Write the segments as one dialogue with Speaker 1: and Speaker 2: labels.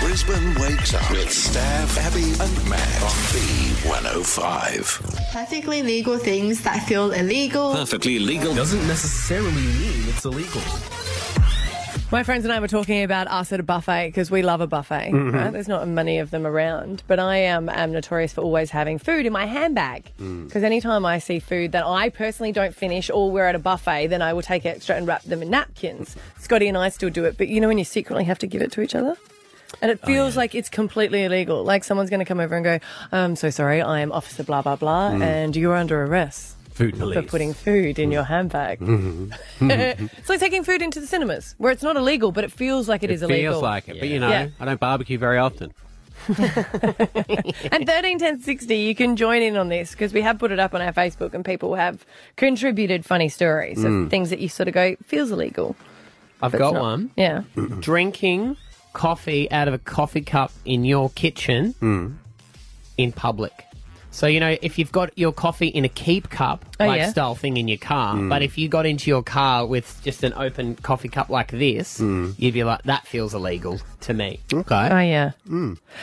Speaker 1: Brisbane wakes up with Staff, Abby, and Matt on B105.
Speaker 2: Perfectly legal things that feel illegal.
Speaker 3: perfectly legal.
Speaker 4: doesn't necessarily mean it's illegal.
Speaker 5: My friends and I were talking about us at a buffet because we love a buffet. Right? There's not many of them around, but I um, am notorious for always having food in my handbag because anytime I see food that I personally don't finish or we're at a buffet, then I will take extra and wrap them in napkins. Scotty and I still do it, but you know when you secretly have to give it to each other. And it feels like it's completely illegal. Like someone's going to come over and go, "I'm so sorry, I am Officer blah blah blah, and you're under arrest."
Speaker 4: Food
Speaker 5: for
Speaker 4: police.
Speaker 5: putting food in your handbag. it's like taking food into the cinemas, where it's not illegal, but it feels like it is
Speaker 4: Feels
Speaker 5: illegal.
Speaker 4: like it, but you know,
Speaker 5: Yeah.
Speaker 4: I don't barbecue very often.
Speaker 5: And thirteen ten sixty, you can join in on this because we have put it up on our Facebook, and people have contributed funny stories of things that you sort of go feels illegal.
Speaker 6: I've
Speaker 5: but
Speaker 6: got
Speaker 5: it's not."
Speaker 6: one. Mm.
Speaker 5: Yeah.
Speaker 6: Drinking coffee out of a coffee cup in your kitchen
Speaker 4: Hmm.
Speaker 6: in public. So, you know, if you've got your coffee in a keep cup,
Speaker 5: Oh,
Speaker 6: like
Speaker 5: yeah.
Speaker 6: style thing in your car,
Speaker 4: Hmm.
Speaker 6: but if you got into your car with just an open coffee cup like this, you'd be like, that feels illegal to me.
Speaker 5: Oh
Speaker 4: Hmm. Okay.
Speaker 5: yeah.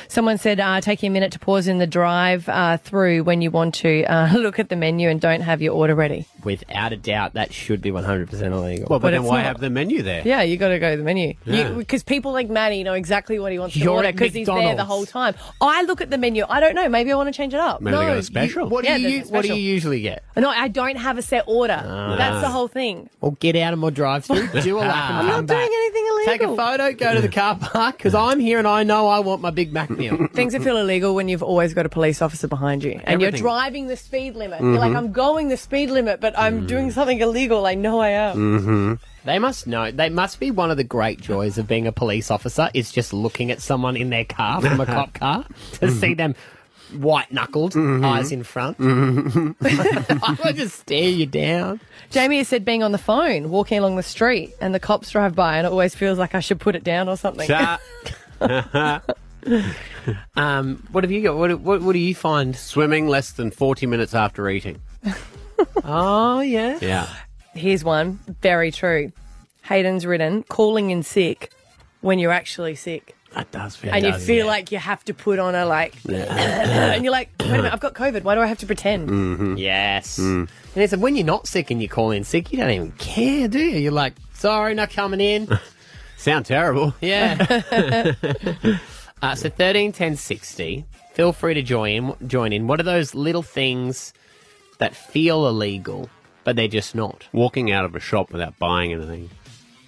Speaker 5: Someone said, uh, "Take a minute to pause in the drive uh, through when you want to uh, look at the menu and don't have your order ready."
Speaker 6: Without a doubt, that should be 100%
Speaker 4: Well, but,
Speaker 6: illegal.
Speaker 5: But
Speaker 4: then
Speaker 5: it's
Speaker 4: why
Speaker 5: not.
Speaker 4: have the menu there?
Speaker 5: Yeah, you got to go to the menu
Speaker 4: Yeah.
Speaker 5: because people like Maddie know exactly what he wants to
Speaker 6: You're
Speaker 5: order
Speaker 6: at
Speaker 5: because he's there the
Speaker 6: McDonald's.
Speaker 5: whole time. I look at the menu. I don't know. Maybe I want to change it up.
Speaker 4: Maybe
Speaker 5: no,
Speaker 4: they got a
Speaker 5: you-
Speaker 4: special.
Speaker 6: what,
Speaker 5: yeah,
Speaker 6: do you,
Speaker 5: there's a
Speaker 6: what do you
Speaker 5: special.
Speaker 6: usually get?
Speaker 5: No, I don't have a set order.
Speaker 4: Ah.
Speaker 5: That's the whole thing.
Speaker 6: Well, get out of my drive through, do a lap and
Speaker 5: I'm
Speaker 6: come
Speaker 5: not
Speaker 6: back.
Speaker 5: doing anything
Speaker 6: Take a
Speaker 5: illegal.
Speaker 6: photo, go to the car park, because I'm here and I know I want my Big Mac meal.
Speaker 5: Things that feel illegal when you've always got a police officer behind you and you're
Speaker 6: Everything.
Speaker 5: driving the speed limit.
Speaker 4: Mm-hmm.
Speaker 5: You're like, I'm going the speed limit, but
Speaker 4: Mm.
Speaker 5: I'm doing something illegal. I know I am.
Speaker 6: they must know. They must be one of the great joys of being a police officer is just looking at someone in their car from a cop car to
Speaker 4: Mm-hmm.
Speaker 6: see them white knuckled, eyes in front.
Speaker 4: Mm-hmm.
Speaker 6: I would just stare you down.
Speaker 5: Jamie has said being on the phone, walking along the street, and the cops drive by, and it always feels like I should put it down or something.
Speaker 4: Ah,
Speaker 6: Um, what have you got? What, what, what do you find?
Speaker 4: swimming less than 40 minutes after eating.
Speaker 6: Oh, yeah.
Speaker 4: Yeah.
Speaker 5: Here's one. Very true. Hayden's written calling in sick when you're actually sick.
Speaker 4: That does feel
Speaker 5: And you feel like you have to put on a like, and you're like, wait a minute, I've got COVID. Why do I have to pretend?
Speaker 6: Yes.
Speaker 4: Hmm.
Speaker 6: And it's when you're not sick and you call in sick, you don't even care, do you? You're like, sorry, not coming in.
Speaker 4: Sound terrible.
Speaker 6: Yeah. uh, so thirteen ten sixty. Feel free to join join in. What are those little things that feel illegal, but they're just not
Speaker 4: Walking out of a shop without buying anything.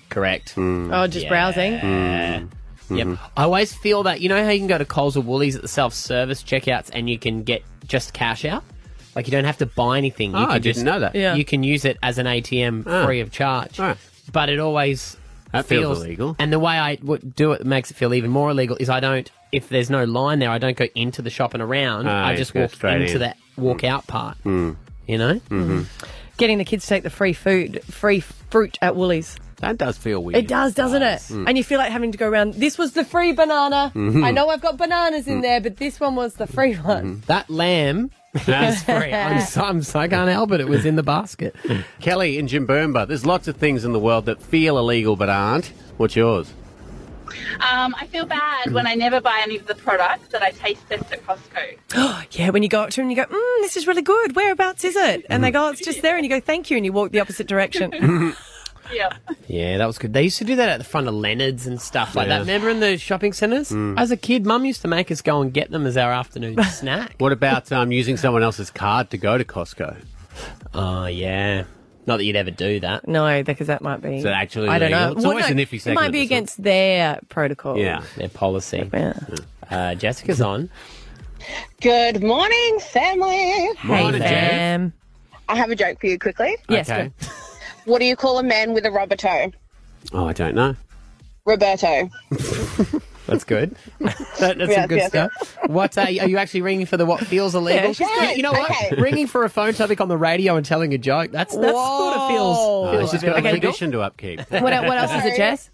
Speaker 6: correct?
Speaker 4: Hmm.
Speaker 5: Oh, just browsing.
Speaker 6: Yep.
Speaker 4: Mm-hmm.
Speaker 6: I always feel that you know how you can go to Coles or Woolies at the self service checkouts and you can get just cash out. Like you don't have to buy anything. You
Speaker 4: Oh,
Speaker 6: can
Speaker 4: I didn't
Speaker 6: just,
Speaker 4: know that.
Speaker 5: Yeah.
Speaker 6: You can use it as an ATM
Speaker 4: Ah.
Speaker 6: free of charge.
Speaker 4: Ah.
Speaker 6: But it always
Speaker 4: That feels illegal.
Speaker 6: And the way I would do it that makes it feel even more illegal is I don't. If there's no line there, I don't go into the shop and around.
Speaker 4: Ah,
Speaker 6: I
Speaker 4: you
Speaker 6: just
Speaker 4: go
Speaker 6: walk
Speaker 4: straight
Speaker 6: into
Speaker 4: in. Hmm.
Speaker 6: that walk out part. You know,
Speaker 5: Getting the kids to take the free food, free fruit at Woolies.
Speaker 4: That does feel weird.
Speaker 5: It does, doesn't it? And you feel like having to go around. This was the free banana. I know I've got bananas in there, but this one was the free one.
Speaker 6: that lamb. is free. I'm so, I'm so I can't help it. It was in the basket.
Speaker 4: Kelly in Jimboomba, there's lots of things in the world that feel illegal but aren't. What's yours?
Speaker 7: Um, I feel bad when I never buy any of the products that I taste test at Costco.
Speaker 5: Yeah, when you go up to them, you go, mm, "This is really good. Whereabouts is it?" And they go, oh, "It's just there." And you go, "Thank you," and you walk the opposite direction.
Speaker 7: Yeah.
Speaker 6: Yeah, that was good. They used to do that at the front of Leonard's and stuff like
Speaker 4: Yeah.
Speaker 6: that. Remember in the shopping centres?
Speaker 5: Mm.
Speaker 6: As a kid, Mum used to make us go and get them as our afternoon snack.
Speaker 4: What about um, using someone else's card to go to Costco?
Speaker 6: Oh, yeah. Not that you'd ever do that.
Speaker 5: No, because that might be.
Speaker 4: Is that actually
Speaker 5: I don't know.
Speaker 4: illegal? It's always a nippy
Speaker 5: It might
Speaker 4: segment,
Speaker 5: be
Speaker 4: isn't it?
Speaker 5: against their protocol.
Speaker 4: Yeah.
Speaker 6: Their policy.
Speaker 5: Yeah.
Speaker 6: Uh, Jessica's on.
Speaker 8: Good morning, family.
Speaker 5: Hey,
Speaker 4: Morning, Jen.
Speaker 5: fam.
Speaker 8: I have a joke for you quickly.
Speaker 5: Yes.
Speaker 4: Okay.
Speaker 8: What do you call a man with a rubber toe?
Speaker 4: Oh, I don't know.
Speaker 8: Roberto.
Speaker 6: That's good. that, that's some
Speaker 8: Yes,
Speaker 6: good
Speaker 8: yes,
Speaker 6: stuff. What uh, are you actually ringing for the what feels illegal?
Speaker 5: Yeah, she's
Speaker 6: You- you know what?
Speaker 8: Okay.
Speaker 6: ringing for a phone topic on the radio and telling a joke. That's that's sort of feels.
Speaker 4: Oh, she's got
Speaker 5: Okay,
Speaker 4: a tradition to upkeep.
Speaker 5: go. What, what else is it, Jess?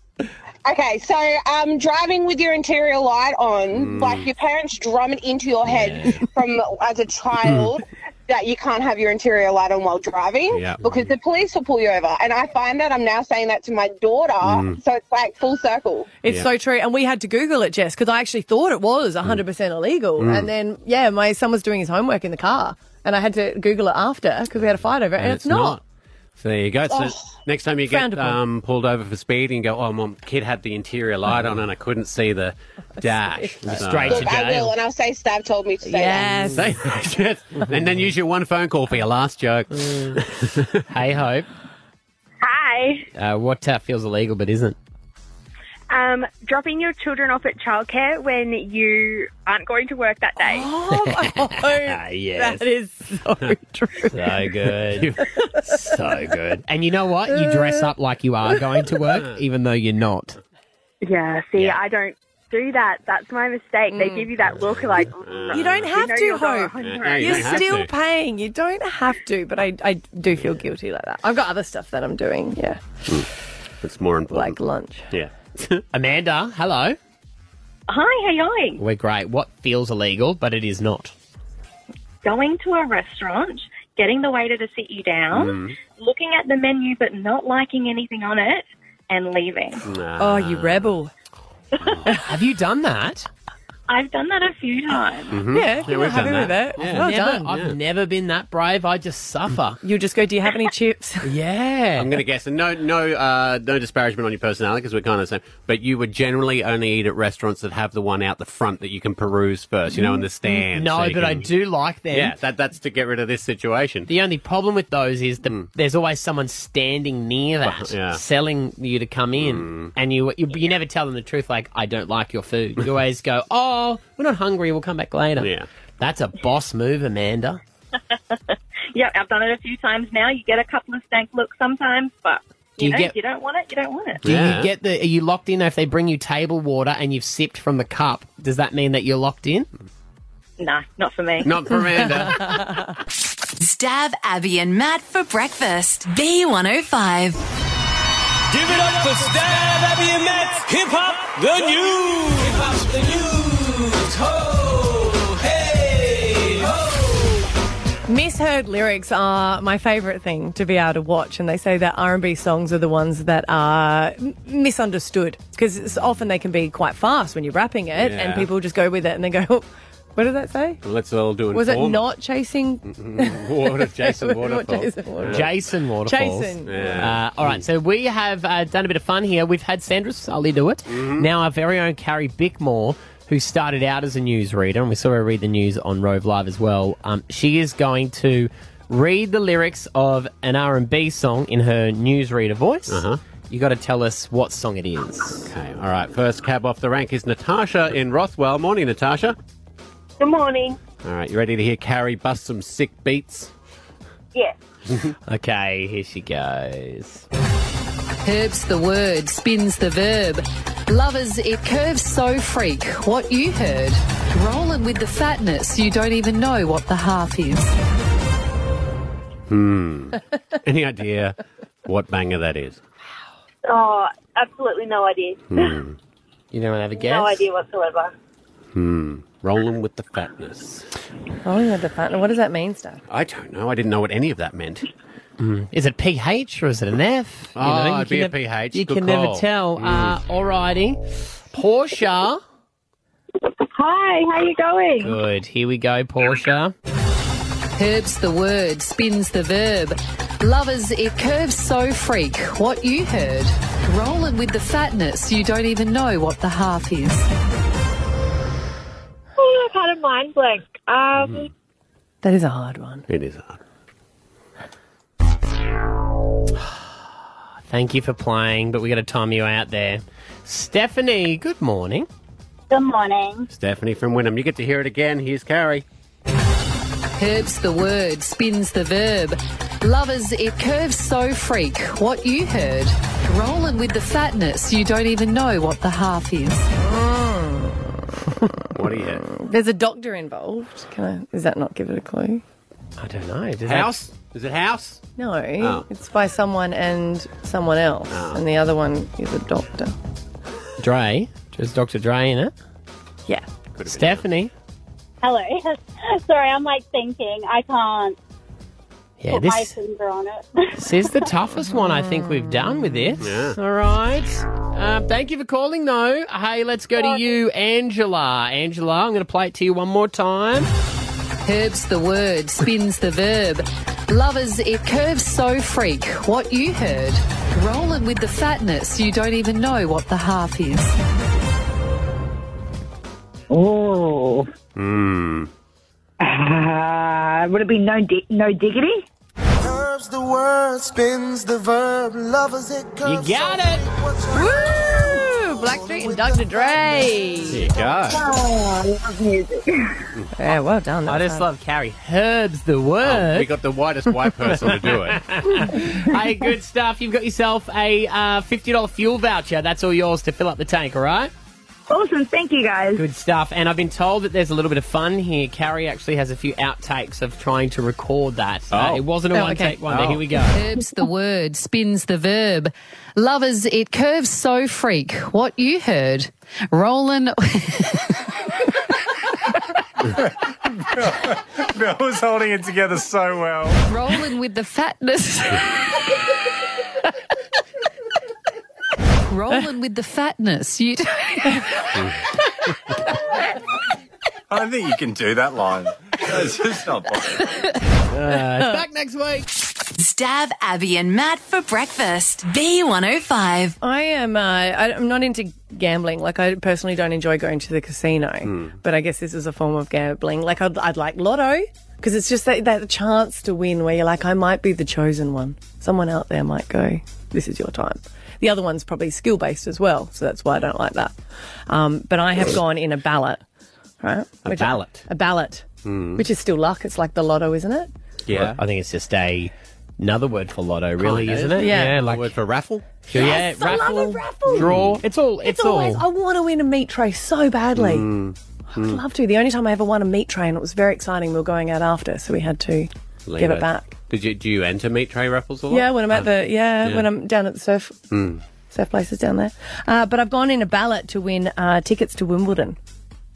Speaker 8: Okay, so um, driving with your interior
Speaker 6: Mm.
Speaker 8: light on, like your parents drum it into your head from as a child that you can't have your interior light on while driving
Speaker 4: Yeah.
Speaker 8: because the police will pull you over. And I find that I'm now saying that to my daughter.
Speaker 6: Mm.
Speaker 8: So it's like full circle.
Speaker 5: It's so true. And we had to Google it, Jess, because I actually thought it was 100% illegal. And then, yeah, my son was doing his homework in the car. And I had to Google it after because we had a fight over it. And, it's, not.
Speaker 4: So there you go. So
Speaker 8: Oh.
Speaker 4: next time you
Speaker 5: Frowned
Speaker 4: get
Speaker 5: upon.
Speaker 4: um, pulled over for speeding, go, oh, my kid had the interior light on and I couldn't see the dash. So-
Speaker 6: Straight to
Speaker 8: Look, I will,
Speaker 6: jail.
Speaker 8: and I'll say Stav told me to say that.
Speaker 5: Yes.
Speaker 4: Say that. and then use your one phone call for your last joke.
Speaker 6: Mm. Hey, Hope.
Speaker 3: Hi.
Speaker 6: Uh, what uh, feels illegal but isn't?
Speaker 3: Um, dropping your children off at childcare when you aren't going to work that day.
Speaker 5: Oh, my God.
Speaker 6: yes.
Speaker 5: That is so true.
Speaker 6: So good. so good. And you know what? You dress up like you are going to work, even though you're not.
Speaker 3: Yeah, see,
Speaker 6: Yeah.
Speaker 3: I don't do that. That's my mistake. They give you that look like,
Speaker 5: You don't have
Speaker 3: know
Speaker 5: to,
Speaker 3: you're going
Speaker 9: "Oh,
Speaker 5: Hope.
Speaker 3: on your
Speaker 4: Yeah,
Speaker 3: own.
Speaker 4: You
Speaker 5: You're
Speaker 4: don't have
Speaker 5: still
Speaker 4: to.
Speaker 5: paying. You don't have to, but I, I do feel guilty like that. I've got other stuff that I'm doing, yeah,
Speaker 4: It's more important.
Speaker 5: like lunch.
Speaker 4: yeah.
Speaker 6: Amanda, hello.
Speaker 9: Hi, how you going?
Speaker 6: We're great. What feels illegal but it is not?
Speaker 9: Going to a restaurant, getting the waiter to sit you down, looking at the menu but not liking anything on it, and leaving.
Speaker 4: Mm-hmm.
Speaker 5: Oh, you rebel.
Speaker 6: Have you done that?
Speaker 9: I've done that a few times.
Speaker 5: Yeah, if you're
Speaker 4: we've
Speaker 5: not happy
Speaker 4: done
Speaker 5: with it.
Speaker 4: that. Yeah.
Speaker 5: Well
Speaker 6: never,
Speaker 5: done.
Speaker 6: I've never been that brave. I just suffer.
Speaker 5: You'll just go, do you have any chips?
Speaker 6: yeah.
Speaker 4: I'm going to guess, and no, no, uh, no disparagement on your personality because we're kind of the same. But you would generally only eat at restaurants that have the one out the front that you can peruse first, you know, in the stand.
Speaker 6: Mm, no,
Speaker 4: so
Speaker 6: but
Speaker 4: you
Speaker 6: I
Speaker 4: can-
Speaker 6: do like them.
Speaker 4: Yeah, that, that's to get rid of this situation.
Speaker 6: The only problem with those is that there's always someone standing near that,
Speaker 4: Well, Hmm. Uh, yeah. Hmm.
Speaker 6: selling you to come in, and you, you you never tell them the truth. Like, I don't like your food. You always go, "Oh, we're not hungry. We'll come back later."
Speaker 4: Yeah.
Speaker 6: that's a boss move, Amanda.
Speaker 9: Yeah, I've done it a few times now. You get a couple of stank looks sometimes, but
Speaker 6: Do
Speaker 9: you,
Speaker 6: you
Speaker 9: know,
Speaker 6: get-
Speaker 9: if you don't want it, you don't want it.
Speaker 6: Do
Speaker 4: Yeah.
Speaker 6: you get the? Are you locked in if they bring you table water and you've sipped from the cup? Does that mean that you're locked in?
Speaker 9: Nah, not for me.
Speaker 4: Not for Amanda.
Speaker 10: Stab Abby and Matt for breakfast. B105.
Speaker 11: Give it up for Stab, Abby and Matt. Hip hop, the news. Hip hop, the news. Ho, hey, ho.
Speaker 5: Misheard lyrics are my favourite thing to be able to watch, and they say that R&B songs are the ones that are m- misunderstood because often they can be quite fast when you're rapping it,
Speaker 4: Yeah.
Speaker 5: and people just go with it and they go, oh, "What did that say?
Speaker 4: Let's all do it.
Speaker 5: Was it not chasing
Speaker 4: What if Jason
Speaker 5: Not
Speaker 4: Waterfall?
Speaker 5: Jason Waterfall.
Speaker 6: Jason waterfalls.
Speaker 5: Jason.
Speaker 6: Uh, all right, so we have uh, done a bit of fun here. We've had Sandra Sully do it. Now our very own Carrie Bickmore, who started out as a newsreader, and we saw her read the news on Rove Live as well. Um, she is going to read the lyrics of an R and B song in her newsreader voice. Uh-huh. You got to tell us what song it is.
Speaker 4: Okay, all right. First cab off the rank is Natasha in Rothwell. Morning, Natasha.
Speaker 9: Good morning.
Speaker 4: All right, you ready to hear Carrie bust some sick beats?
Speaker 9: Yes.
Speaker 6: Okay, here she goes.
Speaker 10: Herbs the word, spins the verb. Lovers, it curves so freak. What you heard. Rolling with the fatness, you don't even know what the half is.
Speaker 4: Any idea what banger that is?
Speaker 9: Oh, absolutely no idea.
Speaker 6: You don't have a guess?
Speaker 9: whatsoever.
Speaker 4: Rolling with the fatness.
Speaker 5: rolling with Oh, the partner? What does that mean, Star?
Speaker 4: I don't know. I didn't know what any of that meant.
Speaker 6: Is it PH or is it an F? You
Speaker 4: Oh,
Speaker 6: you
Speaker 4: it'd be
Speaker 6: can
Speaker 4: a PH.
Speaker 6: You
Speaker 4: Good
Speaker 6: can
Speaker 4: call. Mm.
Speaker 6: never tell. Uh, alrighty. Portia.
Speaker 9: Hi, how you going?
Speaker 6: Good. Here we go, Portia.
Speaker 10: Herbs the word, spins the verb. Lovers, it curves so freak. What you heard. Rolling with the fatness, you don't even know what the half is.
Speaker 9: Oh, I've had a mind blank. Um,
Speaker 5: That is a hard one.
Speaker 4: It is uh, hard.
Speaker 6: Thank you for playing, but we got to time you out there. Stephanie, good morning.
Speaker 9: Good morning.
Speaker 4: Stephanie from Wynnum, you get to hear it again. Here's Carrie.
Speaker 10: Herbs the word, spins the verb. Lovers, it curves so freak. What you heard. Rolling with the fatness, you don't even know what the half is.
Speaker 4: What do you have?
Speaker 5: There's a doctor involved. Can I? Is that not give it a clue?
Speaker 6: I don't know. Does that-
Speaker 4: House? Is it house?
Speaker 5: No,
Speaker 4: Oh.
Speaker 5: it's by someone and someone else, and the other one is a doctor.
Speaker 6: Dre? Is Dr. Dre in it?
Speaker 5: Yeah.
Speaker 4: Could have been
Speaker 6: Stephanie?
Speaker 9: Hello.
Speaker 12: Sorry, I'm like thinking. I can't
Speaker 6: Yeah,
Speaker 12: put my
Speaker 6: this-
Speaker 12: finger on it.
Speaker 6: This is the toughest one I think we've done with this. All right. Um, thank you for calling, though. Hey, let's go to you, Angela. Angela, I'm going to play it to you one more time.
Speaker 10: Herbs the word, spins the verb. Lovers, it curves so freak. What you heard. Rolling with the fatness, you don't even know what the half is.
Speaker 13: Oh.
Speaker 4: Mm.
Speaker 13: Uh, would it be no di- no diggity?
Speaker 14: Curves the word, spins the verb, lovers it
Speaker 6: You got it.
Speaker 5: Woo! Blackstreet and Dr. Dre.
Speaker 4: There you go.
Speaker 5: Oh, I love music. Yeah, well done.
Speaker 6: I just love Carrie. Herbs the word.
Speaker 4: we got the whitest white person to do it.
Speaker 10: Oh,
Speaker 6: hey, good stuff. You've got yourself a uh, $50 fuel voucher. That's all yours to fill up the tank, all right?
Speaker 13: Awesome. Thank you, guys.
Speaker 6: Good stuff. And I've been told that there's a little bit of fun here. Carrie actually has a few outtakes of trying to record that. Uh, it wasn't a
Speaker 10: Oh,
Speaker 6: one
Speaker 10: okay.
Speaker 6: take wonder. Here we go.
Speaker 10: Herbs the word, spins the verb. Lovers, it curves so freak. What you heard. Rolling.
Speaker 15: Bill was holding it together so well.
Speaker 10: Rolling with the fatness. Rolling with the fatness. You
Speaker 15: I don't think you can do that line. It's just not possible.
Speaker 6: back next week.
Speaker 16: Stab Abby and Matt for breakfast. B105.
Speaker 5: I am. Uh, I, I'm not into gambling. Like I personally don't enjoy going to the casino,
Speaker 6: Hmm.
Speaker 5: but I guess this is a form of gambling. Like I'd, I'd like lotto because it's just that, that chance to win where you're like, I might be the chosen one. Someone out there might go. This is your time. The other one's probably skill based as well, so that's why I don't like that. Um, but I have gone in a ballot, right?
Speaker 6: A
Speaker 5: I-
Speaker 6: ballot. Hmm.
Speaker 5: a ballot, which is still luck. It's like the lotto, isn't it?
Speaker 6: Yeah. I think it's just a another word for lotto, really,
Speaker 4: Kinda,
Speaker 6: isn't it?
Speaker 5: yeah.
Speaker 6: like
Speaker 4: word for raffle.
Speaker 6: Yeah,
Speaker 5: Yes, I love
Speaker 6: raffle,
Speaker 5: a raffle.
Speaker 6: draw. It's all. It's,
Speaker 5: It's, always,
Speaker 6: all.
Speaker 5: I want to win a meat tray so badly.
Speaker 4: Mm.
Speaker 5: I'd love to. The only time I ever won a meat tray, and it was very exciting. We were going out after, so we had to
Speaker 4: Leave
Speaker 5: give it back.
Speaker 4: Did you do you enter meat tray raffles a lot?
Speaker 5: Yeah, when I'm at the yeah,
Speaker 4: yeah.
Speaker 5: when I'm down at the surf
Speaker 4: Mm.
Speaker 5: surf places down there. Uh, but I've gone in a ballot to win uh, tickets to Wimbledon.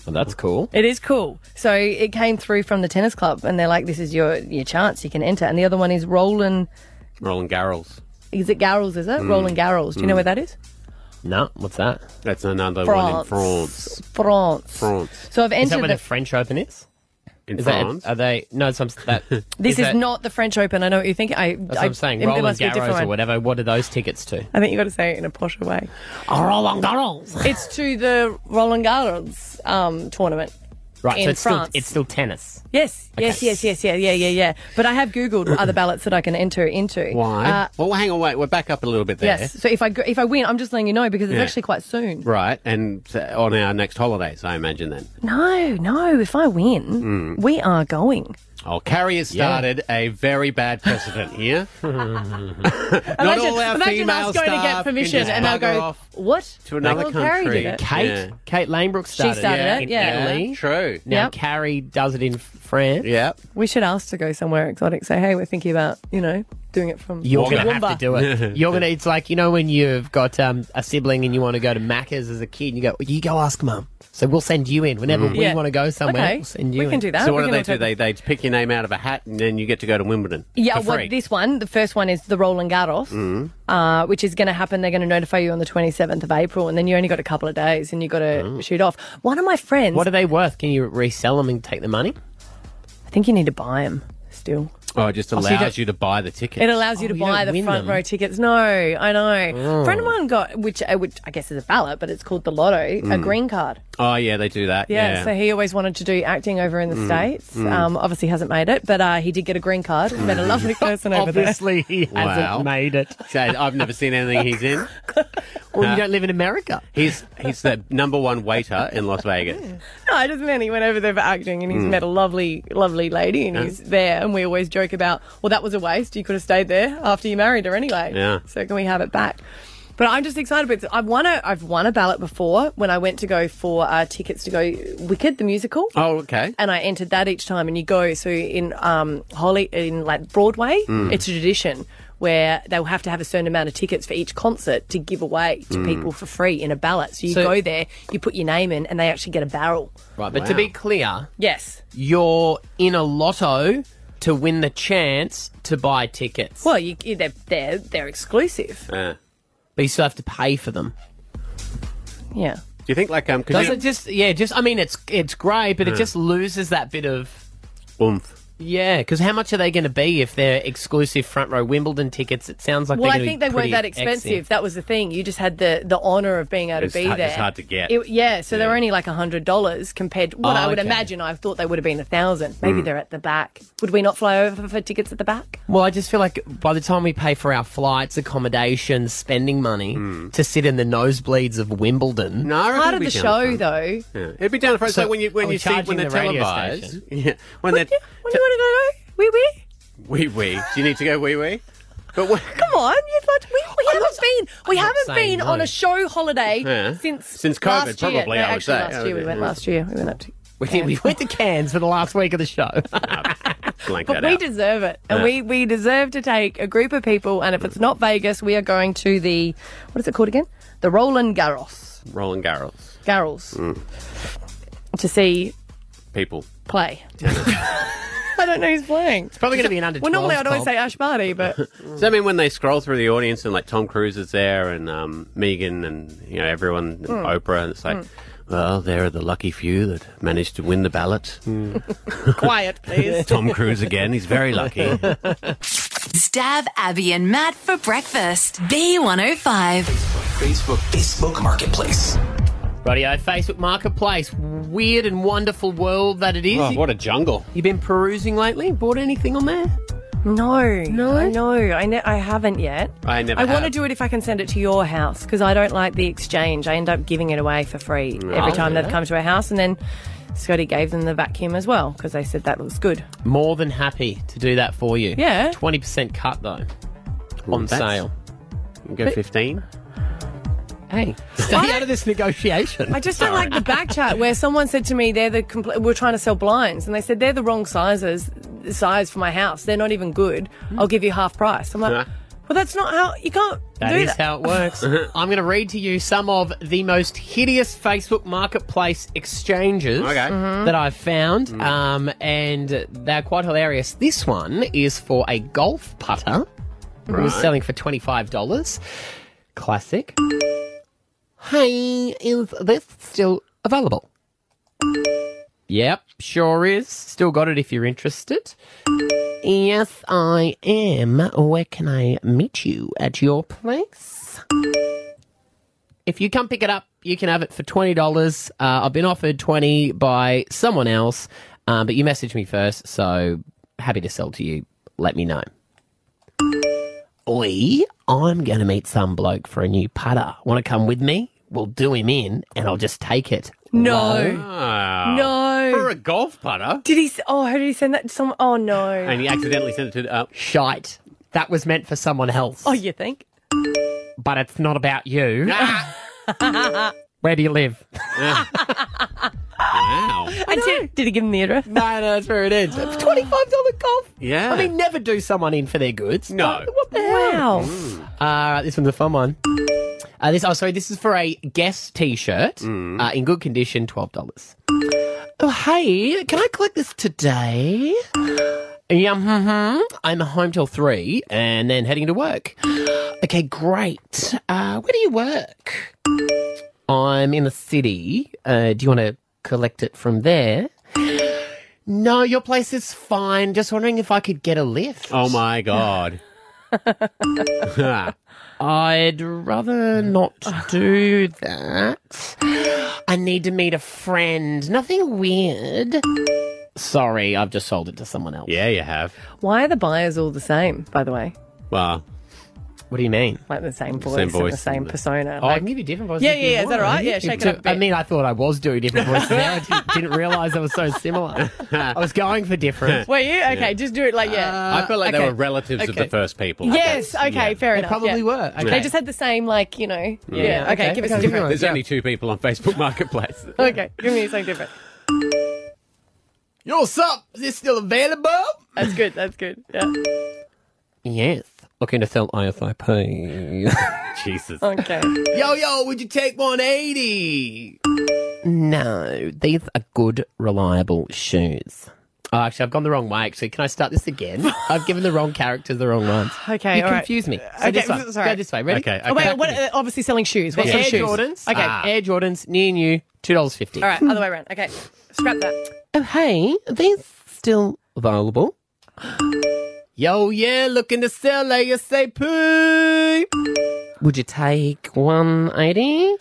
Speaker 6: Well, that's cool.
Speaker 5: It is cool. So it came through from the tennis club, and they're like, "This is your your chance. You can enter." And the other one is Roland.
Speaker 4: Roland Garrels.
Speaker 5: Is it Garrels? Is it
Speaker 4: Mm.
Speaker 5: Roland Garrels? Do you know
Speaker 4: Mm.
Speaker 5: where that is?
Speaker 6: No, what's that?
Speaker 4: That's another one in France.
Speaker 5: France.
Speaker 4: France.
Speaker 5: So I've
Speaker 6: Is that
Speaker 5: entered
Speaker 6: where
Speaker 5: the-
Speaker 6: the French Open is?
Speaker 4: In
Speaker 6: is
Speaker 4: France?
Speaker 6: That, are they? No, it's some, that,
Speaker 5: This is,
Speaker 6: that-
Speaker 5: not the French Open. I know what you think. I,
Speaker 6: That's
Speaker 5: I,
Speaker 6: what I'm saying.
Speaker 5: it
Speaker 6: Roland
Speaker 5: must be a different
Speaker 6: Garros or
Speaker 5: one.
Speaker 6: whatever. What are those tickets to?
Speaker 5: I think you got to say it in a posher way. Oh,
Speaker 6: Roland Garros.
Speaker 5: It's to the Roland Garros um, tournament.
Speaker 6: Right.
Speaker 5: in
Speaker 6: so it's
Speaker 5: France.
Speaker 6: still it's still tennis.
Speaker 5: Yes,
Speaker 6: Okay.
Speaker 5: yes, yes, yes, yeah, yeah, yeah, yeah. But I have Googled other ballots that I can enter into.
Speaker 4: Why?
Speaker 5: Uh,
Speaker 4: well, hang on, wait. We're back up a little bit there.
Speaker 5: yes. So if I go- if I win, I'm just letting you know because it's
Speaker 4: Yeah.
Speaker 5: actually quite soon.
Speaker 4: Right, and uh, on our next holidays, I imagine then.
Speaker 5: No, no. If I win,
Speaker 4: Mm.
Speaker 5: we are going.
Speaker 4: Oh, Carrie has
Speaker 5: Yeah.
Speaker 4: started a very bad precedent here. Not
Speaker 5: imagine
Speaker 4: all our
Speaker 5: imagine
Speaker 4: female
Speaker 5: us going to
Speaker 4: staff
Speaker 5: get
Speaker 4: can
Speaker 5: permission
Speaker 4: just
Speaker 5: and they'll
Speaker 4: bugger
Speaker 5: go
Speaker 4: off
Speaker 5: what
Speaker 4: to another
Speaker 5: Well, Carrie
Speaker 4: country.
Speaker 5: did it.
Speaker 6: Kate Kate Lanebrook started,
Speaker 5: started
Speaker 6: it
Speaker 5: it,
Speaker 6: in
Speaker 5: yeah.
Speaker 6: Italy.
Speaker 5: Yeah.
Speaker 4: True.
Speaker 6: Now
Speaker 5: Yep.
Speaker 6: Carrie does it in France.
Speaker 4: Yep.
Speaker 5: We should ask to go somewhere exotic. Say, hey, we're thinking about you know doing it from
Speaker 6: You're gonna
Speaker 5: Toowoomba."
Speaker 6: have to do it. You're gonna. It's like you know when you've got um, a sibling and you want to go to Macca's as a kid. And you go. You go ask mum. So we'll send you in whenever
Speaker 4: Mm.
Speaker 6: we
Speaker 5: Yeah.
Speaker 6: want to go somewhere.
Speaker 5: Okay.
Speaker 6: We'll send you
Speaker 5: We
Speaker 6: in.
Speaker 5: can do that.
Speaker 4: So what
Speaker 5: We
Speaker 4: do
Speaker 5: can
Speaker 4: they
Speaker 5: all
Speaker 4: do? They they pick your name out of a hat, and then you get to go to Wimbledon.
Speaker 5: Yeah,
Speaker 4: for
Speaker 5: well,
Speaker 4: free.
Speaker 5: this one, the first one is the Roland Garros,
Speaker 4: Mm.
Speaker 5: uh, which is going to happen. They're going to notify you on the 27th of April, and then you only got a couple of days and you got to
Speaker 4: Mm.
Speaker 5: shoot off. One of my friends.
Speaker 6: What are they worth? Can you resell them and take the money?
Speaker 5: I think you need to buy them still.
Speaker 4: Oh, it just
Speaker 6: Oh, so you
Speaker 4: allows
Speaker 6: don't-
Speaker 4: you to buy the tickets.
Speaker 5: It allows you to
Speaker 6: Oh, you
Speaker 5: buy
Speaker 6: don't
Speaker 5: the
Speaker 6: win
Speaker 5: front
Speaker 6: them.
Speaker 5: row tickets. No, I know.
Speaker 4: Oh.
Speaker 5: A friend of mine got, which, uh, which I guess is a ballot, but it's called the lotto, a
Speaker 4: Mm.
Speaker 5: green card.
Speaker 4: Oh yeah, they do that.
Speaker 5: Yeah,
Speaker 4: Yeah.
Speaker 5: so he always wanted to do acting over in the
Speaker 4: Mm.
Speaker 5: States.
Speaker 4: Mm.
Speaker 5: Um, obviously hasn't made it, but uh, he did get a green card. Met a lovely person over there.
Speaker 6: Obviously, he hasn't
Speaker 4: Wow.
Speaker 6: made it.
Speaker 4: So I've never seen anything he's in.
Speaker 6: Well,
Speaker 4: Nah.
Speaker 6: you don't live in America.
Speaker 4: He's he's the number one waiter in Las Vegas.
Speaker 5: No, I just meant he went over there for acting and he's
Speaker 4: Mm.
Speaker 5: met a lovely, lovely lady and
Speaker 4: Yeah.
Speaker 5: he's there. And we always joke about, well, that was a waste. You could have stayed there after you married her anyway.
Speaker 4: Yeah.
Speaker 5: So can we have it back? But I'm just excited because I've won a I've won a ballot before when I went to go for uh, tickets to go Wicked the musical.
Speaker 4: Oh, okay.
Speaker 5: And I entered that each time, and you go so in um Holly in like Broadway.
Speaker 4: Mm.
Speaker 5: It's a tradition where they'll have to have a certain amount of tickets for each concert to give away to
Speaker 4: Mm.
Speaker 5: people for free in a ballot. So you
Speaker 4: So-
Speaker 5: go there, you put your name in, and they actually get a barrel.
Speaker 6: Right, but to be clear,
Speaker 5: Yes.
Speaker 6: you're in a lotto to win the chance to buy tickets.
Speaker 5: Well, you, you- they're, they're, they're exclusive.
Speaker 6: But you still have to pay for them.
Speaker 5: Yeah.
Speaker 4: Do you think like um? 'cause
Speaker 6: Does
Speaker 4: you-
Speaker 6: it just yeah, just I mean it's it's great, but
Speaker 4: Yeah.
Speaker 6: it just loses that bit of
Speaker 4: oomph.
Speaker 6: Yeah, because how much are they going to be if they're exclusive front row Wimbledon tickets? It sounds like
Speaker 5: well,
Speaker 6: they're
Speaker 5: I
Speaker 6: gonna
Speaker 5: think
Speaker 6: be
Speaker 5: they weren't
Speaker 6: pretty
Speaker 5: that expensive. That was the thing. You just had the the honor of being able
Speaker 6: It's
Speaker 5: to be
Speaker 6: hard-
Speaker 5: there.
Speaker 6: it's hard to get.
Speaker 5: It- yeah, so they're only like hundred dollars compared. to What
Speaker 6: Oh,
Speaker 5: I would
Speaker 6: okay.
Speaker 5: imagine, I thought they would have been a thousand. Maybe
Speaker 6: Mm.
Speaker 5: they're at the back. Would we not fly over for tickets at the back?
Speaker 6: Well, I just feel like by the time we pay for our flights, accommodations, spending money
Speaker 4: Hmm.
Speaker 6: to sit in the nosebleeds of Wimbledon,
Speaker 4: No, I reckon
Speaker 5: Part of
Speaker 4: it'd be
Speaker 5: the
Speaker 4: down the
Speaker 5: show,
Speaker 4: front.
Speaker 5: though.
Speaker 4: Yeah. It'd be down the front. So,
Speaker 6: So,
Speaker 4: when you when
Speaker 6: are we
Speaker 4: you see when
Speaker 6: charging
Speaker 4: they're
Speaker 6: the radio
Speaker 4: televised,
Speaker 6: station?
Speaker 4: yeah, when they're
Speaker 5: When you want to go, wee wee.
Speaker 4: wee wee. Do you need to go wee wee? But when,
Speaker 5: Come on, you'd like to, we, we haven't been we haven't
Speaker 4: saying
Speaker 5: been on
Speaker 4: no.
Speaker 5: a show holiday
Speaker 4: Yeah.
Speaker 5: since
Speaker 4: Since COVID,
Speaker 5: last year.
Speaker 4: probably,
Speaker 5: No,
Speaker 4: I would
Speaker 5: actually,
Speaker 4: say.
Speaker 5: last year we
Speaker 4: Yeah.
Speaker 5: went last year we went up to.
Speaker 6: We, we went to Cairns for the last week of the show.
Speaker 4: Blank
Speaker 5: But we deserve it, and
Speaker 6: Yeah.
Speaker 5: we we deserve to take a group of people. And if it's not Vegas, we are going to the what is it called again? The Roland Garros
Speaker 4: Roland Garros.
Speaker 5: Garros
Speaker 4: Mm.
Speaker 5: to see
Speaker 4: People.
Speaker 5: play. I don't know who's playing. It's
Speaker 6: probably going to be an under.
Speaker 5: Well, normally I'd
Speaker 4: 12s
Speaker 5: always
Speaker 4: pop.
Speaker 5: say Ash Barty, but
Speaker 4: So I mean, when they scroll through the audience and like Tom Cruise is there and um, Megan and you know everyone, and
Speaker 5: Mm.
Speaker 4: Oprah, and it's like,
Speaker 5: Mm.
Speaker 4: well, there are the lucky few that managed to win the ballot.
Speaker 5: quiet, please.
Speaker 4: Tom Cruise again. He's very lucky.
Speaker 16: Stab Abby and Matt for breakfast. B105.
Speaker 6: Facebook, Facebook Marketplace. Radio Facebook Marketplace. Weird and wonderful world that it is.
Speaker 4: Oh, what a jungle.
Speaker 6: You been perusing lately? Bought anything on there?
Speaker 5: No, no, no. I ne- I haven't yet.
Speaker 4: I never.
Speaker 5: I want to
Speaker 4: have.
Speaker 5: do it if I can send it to your house because I don't like the exchange. I end up giving it away for free every
Speaker 6: I'll
Speaker 5: time
Speaker 6: do
Speaker 5: they've
Speaker 6: that.
Speaker 5: come to our house, and then Scotty gave them the vacuum as well because they said that looks good.
Speaker 6: More than happy to do that for you.
Speaker 5: Yeah.
Speaker 6: 20% cut though.
Speaker 4: Ooh,
Speaker 6: on
Speaker 4: that's-
Speaker 6: sale.
Speaker 4: go
Speaker 6: But-
Speaker 4: fifteen.
Speaker 6: Hey, stay out of this negotiation.
Speaker 5: I just don't like the back chat where someone said to me they're the compl- we're trying to sell blinds and they said they're the wrong sizes size for my house. They're not even good.
Speaker 6: Hmm.
Speaker 5: I'll give you half price. I'm like,
Speaker 6: Huh.
Speaker 5: well, that's not how you can't
Speaker 6: That
Speaker 5: do
Speaker 6: is
Speaker 5: that.
Speaker 6: how it works. I'm going to read to you some of the most hideous Facebook Marketplace exchanges
Speaker 4: Okay.
Speaker 5: Mm-hmm.
Speaker 4: Mhm.
Speaker 6: that I've found, um, and they're quite hilarious. This one is for a golf putter. It
Speaker 11: Right.
Speaker 6: was selling for $25. Classic. Hey, is this still available? Yep, sure is. Still got it if you're interested. Yes, I am. Where can I meet you? At your place? If you come pick it up, you can have it for twenty dollars. Uh, I've been offered twenty by someone else, um, but you messaged me first, so happy to sell to you. Let me know. Oi, I'm going to meet some bloke for a new putter. Want to come with me? We'll do him in, and I'll just take it.
Speaker 5: No. No.
Speaker 4: For a golf putter.
Speaker 5: Did he? s- Oh, how did he send that? to Someone? Oh no.
Speaker 4: And he accidentally sent it to. Uh,
Speaker 6: Shite. That was meant for someone else.
Speaker 5: Oh, you think?
Speaker 6: but it's not about you. Where do you live?
Speaker 4: wow.
Speaker 5: And did, did he give him the address?
Speaker 6: No, no, that's where it is. Twenty-five dollar golf.
Speaker 4: Yeah.
Speaker 6: I mean, never do someone in for their goods.
Speaker 4: No.
Speaker 6: What the hell? Uh, this one's a fun one. Uh, this, oh, sorry, this is for a guest T-shirt
Speaker 4: Mm.
Speaker 6: uh, in good condition, twelve dollars. Oh, hey, can I collect this today? Yeah, mhm. I'm home till three, and then heading to work. Okay, great. Uh, where do you work? I'm in the city. Uh, do you want to collect it from there? No, your place is fine. Just wondering if I could get a lift.
Speaker 4: Oh my god.
Speaker 6: I'd rather not do that. I need to meet a friend. Nothing weird. Sorry, I've just sold it to someone else.
Speaker 4: Yeah, you have.
Speaker 5: Why are the buyers all the same? By the way,
Speaker 4: Well,
Speaker 6: what do you mean?
Speaker 5: like the same voice, and the
Speaker 6: voice
Speaker 5: same
Speaker 6: and the-
Speaker 5: persona.
Speaker 6: Oh, I
Speaker 5: like,
Speaker 6: can give you different voices.
Speaker 5: Yeah,
Speaker 6: if
Speaker 5: yeah,
Speaker 6: you
Speaker 5: yeah, is that
Speaker 6: want.
Speaker 5: alright? Yeah, shake it up a
Speaker 6: I mean, I thought I was doing different voices. there. I didn't- didn't realise they were so similar. I was going for different.
Speaker 5: Were you okay? Just do it like
Speaker 6: Uh,
Speaker 5: yeah.
Speaker 4: I feel like they
Speaker 5: okay.
Speaker 4: were relatives of
Speaker 5: Okay.
Speaker 4: the first people.
Speaker 5: Yes. Okay. Fair
Speaker 6: They
Speaker 5: enough.
Speaker 6: probably
Speaker 5: yeah.
Speaker 6: were, okay.
Speaker 5: They just had the same, like you know. Yeah. okay, Give us a different.
Speaker 4: There's only two people on Facebook Marketplace.
Speaker 5: Okay. Give me something different.
Speaker 6: Yo, what's up? Is this still available?
Speaker 5: That's good. That's good. Yeah.
Speaker 6: Yes. Looking to sell IFIP.
Speaker 4: Jesus.
Speaker 5: Okay.
Speaker 6: Yo, yo, would you take 180? No, these are good, reliable shoes. Oh, actually, I've gone the wrong way. Actually, can I start this again? I've given the wrong characters the wrong ones.
Speaker 5: Okay,
Speaker 6: you
Speaker 5: all right.
Speaker 6: confuse me. So
Speaker 5: Okay,
Speaker 6: this one.
Speaker 5: it's all right.
Speaker 6: Go this way. Ready?
Speaker 4: Okay,
Speaker 5: Oh, wait, what, uh, obviously selling shoes. What
Speaker 6: They're
Speaker 5: sort
Speaker 6: Air
Speaker 5: of shoes?
Speaker 6: Jordans. Ah.
Speaker 5: Okay.
Speaker 6: Air Jordans, near and you, two dollars fifty.
Speaker 5: All right, other way around. Okay, scrap that.
Speaker 6: Oh, hey, these still available. Yo, yeah, looking to sell ASAP. Would you take 180?